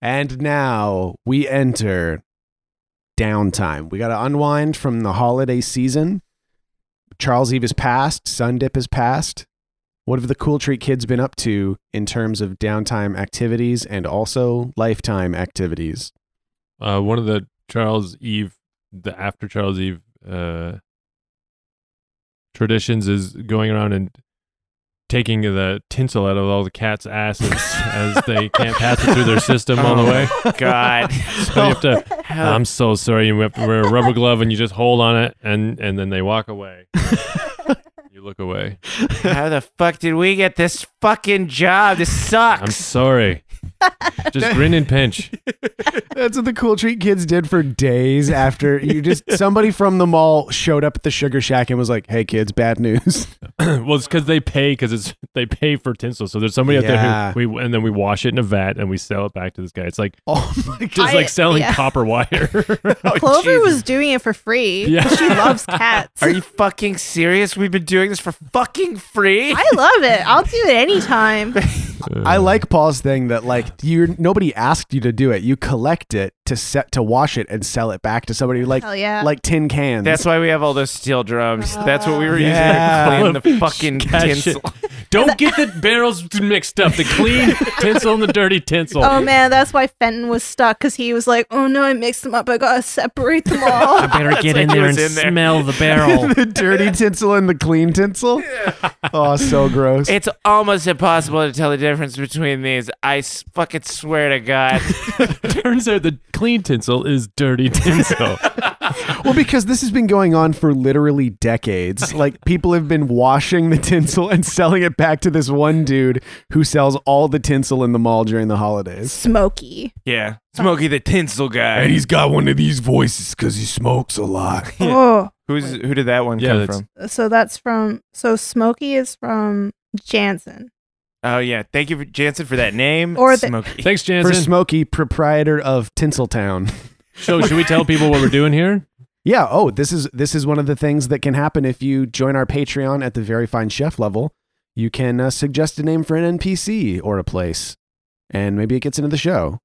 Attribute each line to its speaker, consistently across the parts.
Speaker 1: And now we enter downtime. We got to unwind from the holiday season. Charles Eve is past, Sun Dip is past. What have the Cool Treat kids been up to in terms of downtime activities and also lifetime activities?
Speaker 2: Uh, one of the Charles Eve, the after Charles Eve uh, traditions is going around and taking the tinsel out of all the cats' asses as they can't pass it through their system on
Speaker 1: Oh.
Speaker 2: the way.
Speaker 3: God.
Speaker 2: So you have to. "Oh, I'm so sorry. You have to wear a rubber glove and you just hold on it, and and then they walk away. you look away.
Speaker 3: How the fuck did we get this fucking job? This
Speaker 2: I'm
Speaker 3: sucks.
Speaker 2: sorry. Just grin and pinch.
Speaker 1: That's what the Cool Treat kids did for days after you just somebody from the mall showed up at the Sugar Shack and was like, "Hey kids, bad news."
Speaker 2: well, it's because they pay because it's they pay for tinsel. So there's somebody
Speaker 1: Yeah.
Speaker 2: out there who we and then we wash it in a vat and we sell it back to this guy. It's like
Speaker 1: Oh my god.
Speaker 2: just
Speaker 4: I-
Speaker 2: like selling
Speaker 4: yeah.
Speaker 2: copper wire.
Speaker 4: Clover was doing it for free.
Speaker 2: Yeah.
Speaker 4: She loves cats.
Speaker 3: Are you fucking serious? We've been doing this for fucking free.
Speaker 4: I love it. I'll do it anytime.
Speaker 1: I like Paul's thing that like you nobody asked you to do it. You collect it to set to wash it and sell it back to somebody like
Speaker 4: Hell yeah.
Speaker 1: like tin cans.
Speaker 3: That's why we have all those steel drums. That's what we were
Speaker 1: Yeah.
Speaker 3: using to clean the fucking
Speaker 2: Cash it.
Speaker 3: tinsel.
Speaker 2: Don't get the barrels mixed up. The clean tinsel and the dirty tinsel.
Speaker 4: Oh man, that's why Fenton was stuck because he was like, "Oh no, I mixed them up. I gotta separate them all."
Speaker 5: Better get in
Speaker 3: what
Speaker 5: there and
Speaker 3: was in there.
Speaker 5: smell the barrel.
Speaker 1: the dirty tinsel and the clean tinsel. Oh, so gross.
Speaker 3: It's almost impossible to tell the difference between these. I s- fucking swear to God.
Speaker 2: Turns out the clean tinsel is dirty tinsel.
Speaker 1: well, because this has been going on for literally decades. Like people have been washing the tinsel and selling it back to this one dude who sells all the tinsel in the mall during the holidays.
Speaker 4: Smoky.
Speaker 3: yeah. Smokey the tinsel guy.
Speaker 1: he's got one of these voices because he smokes a lot.
Speaker 3: Who's who did that one
Speaker 2: Yeah,
Speaker 3: come
Speaker 2: that's-
Speaker 3: from?
Speaker 4: Oh, so that's from. So Smoky is from Jansen.
Speaker 3: Oh yeah. Thank you for Jansen for that name.
Speaker 4: Or the-
Speaker 3: Smokey.
Speaker 2: Thanks,
Speaker 1: For
Speaker 2: Jansen.
Speaker 1: Smokey, proprietor of Tinseltown.
Speaker 2: so should we tell people what we're doing here?
Speaker 1: Yeah. Oh, this is this is one of the things that can happen if you join our Patreon at the very fine chef level. You can uh, suggest a name for an NPC or a place, and maybe it gets into the show.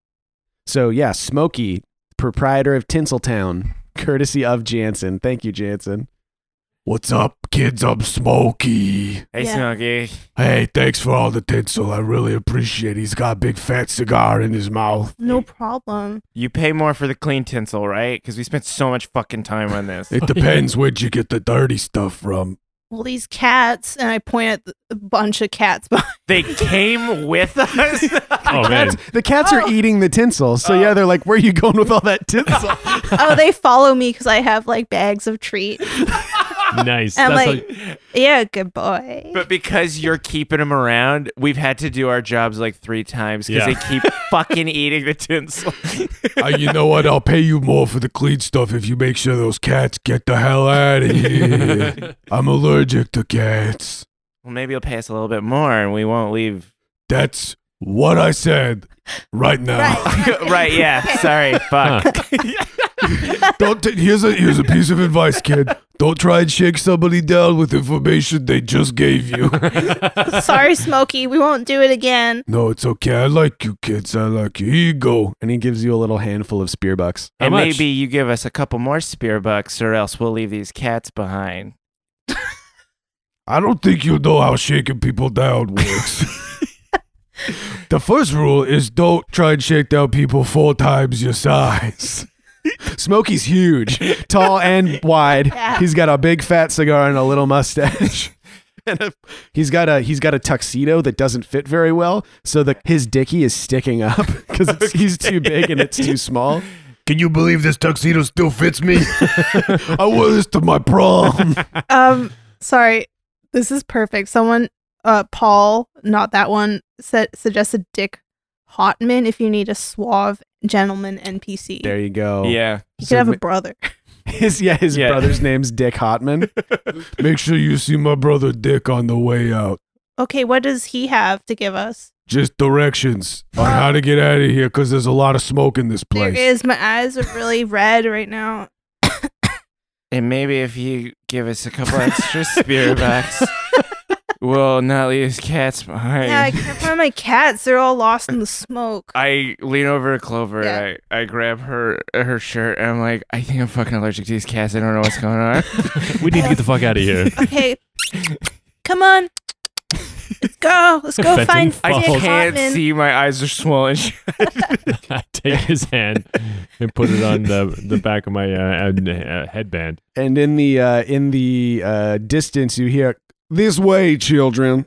Speaker 1: So yeah, Smokey, proprietor of Tinseltown, courtesy of Jansen. Thank you, Jansen.
Speaker 6: What's up, kids? I'm Smokey.
Speaker 3: Hey
Speaker 4: Yeah.
Speaker 3: Smokey.
Speaker 6: Hey, thanks for all the tinsel. I really appreciate it. He's got a big fat cigar in his mouth.
Speaker 4: No problem.
Speaker 3: You pay more for the clean tinsel, right? Because we spent so much fucking time on this.
Speaker 6: It depends where'd you get the dirty stuff from.
Speaker 4: Well, these cats, and I point at the- a bunch of cats. behind-
Speaker 3: they came with us.
Speaker 2: Oh man.
Speaker 1: Cats, the cats are
Speaker 4: Oh.
Speaker 1: eating the tinsel, so yeah, they're like, "Where are you going with all that tinsel?"
Speaker 4: oh, they follow me because I have like bags of treats.
Speaker 2: Nice.
Speaker 4: And
Speaker 2: That's
Speaker 4: like, yeah, good boy.
Speaker 3: but because you're keeping them around, we've had to do our jobs like three times because
Speaker 2: Yeah.
Speaker 3: they keep fucking eating the tinsel.
Speaker 6: Uh, you know what? I'll pay you more for the clean stuff if you make sure those cats get the hell out of here. I'm allergic to cats.
Speaker 3: well, maybe you'll pay us a little bit more, and we won't leave.
Speaker 6: That's what I said right now.
Speaker 3: right? Yeah. Sorry. Fuck.
Speaker 2: Huh.
Speaker 6: Don't t- here's a here's a piece of advice, kid. Don't try and shake somebody down with information they just gave you.
Speaker 4: Sorry, Smokey. We won't do it again.
Speaker 6: No, it's okay. I like you, kids. I like you. Here you go.
Speaker 1: and he gives you a little handful of spear bucks.
Speaker 2: How
Speaker 3: and
Speaker 2: much?
Speaker 3: maybe you give us a couple more spear bucks, or else we'll leave these cats behind.
Speaker 6: I don't think you know how shaking people down works. the first rule is don't try and shake down people four times your size.
Speaker 1: Smokey's huge, tall and wide.
Speaker 4: Yeah.
Speaker 1: He's got a big fat cigar and a little mustache. and a, he's got a he's got a tuxedo that doesn't fit very well, so the his dicky is sticking up because he's too big and it's too small.
Speaker 6: Can you believe this tuxedo still fits me? I wore this to my prom.
Speaker 4: Um, sorry. This is perfect. Someone, uh, Paul, not that one, said suggested Dick Hotman if you need a suave gentleman NPC.
Speaker 1: There you go.
Speaker 2: Oh.
Speaker 3: Yeah.
Speaker 4: you could
Speaker 1: so
Speaker 4: have
Speaker 1: ma-
Speaker 4: a brother.
Speaker 1: his yeah his
Speaker 3: Yeah.
Speaker 1: brother's name's Dick Hotman.
Speaker 6: Make sure you see my brother Dick on the way out.
Speaker 4: Okay, what does he have to give us?
Speaker 6: Just directions on how to get out of here because there's a lot of smoke in this place.
Speaker 4: There is. My eyes are really red right now.
Speaker 3: And maybe if you give us a couple extra spear bucks, Well, not leave cats behind.
Speaker 4: Yeah, I can't find my cats. They're all lost in the smoke.
Speaker 3: I lean over to Clover
Speaker 4: Yeah.
Speaker 3: and I, I grab her her shirt and I'm like, I think I'm fucking allergic to these cats. I don't know what's going on.
Speaker 2: We need to get the fuck out of here.
Speaker 4: Okay, come on. Let's go. Let's go
Speaker 2: Fenton
Speaker 4: find
Speaker 2: I
Speaker 3: I
Speaker 4: Dick
Speaker 2: falls.
Speaker 3: can't
Speaker 4: Hoffman.
Speaker 3: see. My eyes are swollen.
Speaker 2: I take his hand and put it on the the back of my uh, uh, headband.
Speaker 6: And in the uh, in the uh, distance, you hear this way, children.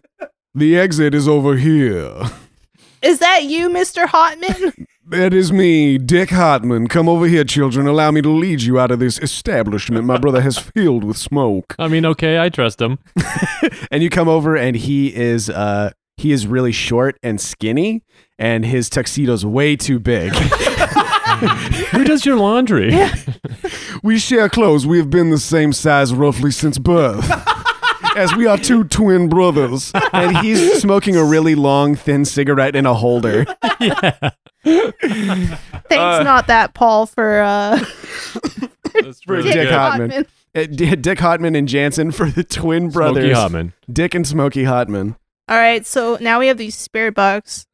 Speaker 6: The exit is over here.
Speaker 4: Is that you, Mr. Hotman?
Speaker 6: That is me, Dick Hartman. Come over here, children. Allow me to lead you out of this establishment my brother has filled with smoke.
Speaker 2: I mean, okay, I trust him.
Speaker 6: And you come over, and he is uh, he is really short and skinny, and his tuxedo's way too big.
Speaker 2: Who does your laundry?
Speaker 6: we share clothes. We have been the same size roughly since birth. As we are two twin brothers, and he's smoking a really long, thin cigarette in a holder.
Speaker 4: Thanks,
Speaker 3: Uh.
Speaker 4: not that, Paul, for uh,
Speaker 2: That's really
Speaker 6: Dick
Speaker 4: Dick
Speaker 2: good.
Speaker 6: Hot-
Speaker 4: Hotman.
Speaker 6: Hotman. Uh, D- Dick Hotman and Jansen for the twin
Speaker 2: Smokey
Speaker 6: brothers,
Speaker 2: Hotman.
Speaker 6: Dick and Smokey Hotman.
Speaker 4: All right, so now we have these spirit bucks.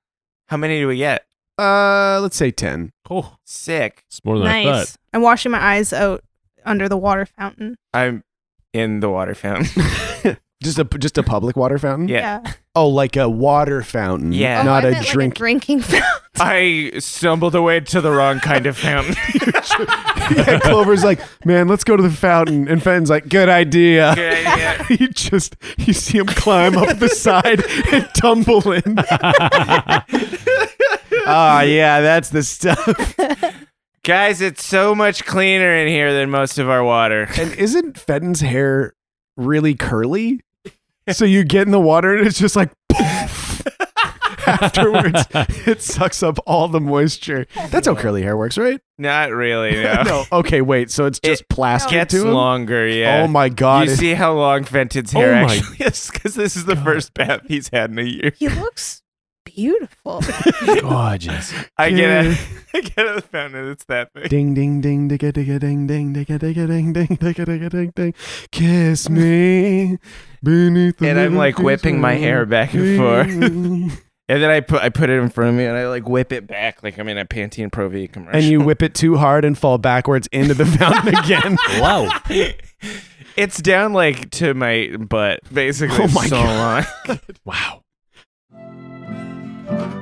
Speaker 3: How many do we get?
Speaker 6: Uh, let's say ten.
Speaker 2: Oh,
Speaker 3: Sick.
Speaker 2: it's more than I thought.
Speaker 4: nice. I'm washing my eyes out under the water fountain.
Speaker 3: I'm in the water fountain.
Speaker 6: Just a just a public water fountain.
Speaker 3: Yeah.
Speaker 6: Oh, like a water fountain.
Speaker 3: Yeah. Oh,
Speaker 6: Not
Speaker 4: I
Speaker 6: a
Speaker 4: meant like
Speaker 6: drink.
Speaker 4: drinking fountain.
Speaker 3: I stumbled away to the wrong kind of fountain.
Speaker 6: yeah, Clover's like, man, let's go to the fountain, and Fenton's like, good idea.
Speaker 3: Good idea.
Speaker 6: you just you see him climb up the side and tumble in. Ah, yeah, that's the stuff.
Speaker 3: Guys, it's so much cleaner in here than most of our water.
Speaker 6: And isn't Fenton's hair really curly? So you get in the water and it's just like poof. Afterwards, it sucks up all the moisture. That's how curly hair works, right?
Speaker 3: Not really, no.
Speaker 6: No. Okay, wait. So it's just
Speaker 3: It
Speaker 4: Oh,
Speaker 6: plastic
Speaker 3: Gets
Speaker 6: to him.
Speaker 3: longer, yeah.
Speaker 6: Oh my god!
Speaker 3: You
Speaker 6: it-
Speaker 3: see how long Fenton's hair
Speaker 2: Oh my
Speaker 3: actually is? Because this is the first bath he's had in a year.
Speaker 4: He looks beautiful.
Speaker 2: Gorgeous.
Speaker 3: I get
Speaker 6: Yeah.
Speaker 3: it. I get out of the fountain. It's that big.
Speaker 6: Ding ding ding digga digga ding ding digga digga ding ding digga digga ding ding. Kiss me beneath the
Speaker 3: And I'm, like, whipping my hair back and forth.
Speaker 6: forth.
Speaker 3: And then I put I put it in front of me and I like whip it back like I'm in a Pantene Pro V commercial.
Speaker 6: and you whip it too hard and fall backwards into the fountain again.
Speaker 2: Wow.
Speaker 3: it's down like to my butt, basically.
Speaker 6: Oh
Speaker 3: It's
Speaker 6: my
Speaker 3: so
Speaker 6: God.
Speaker 3: long.
Speaker 2: Wow.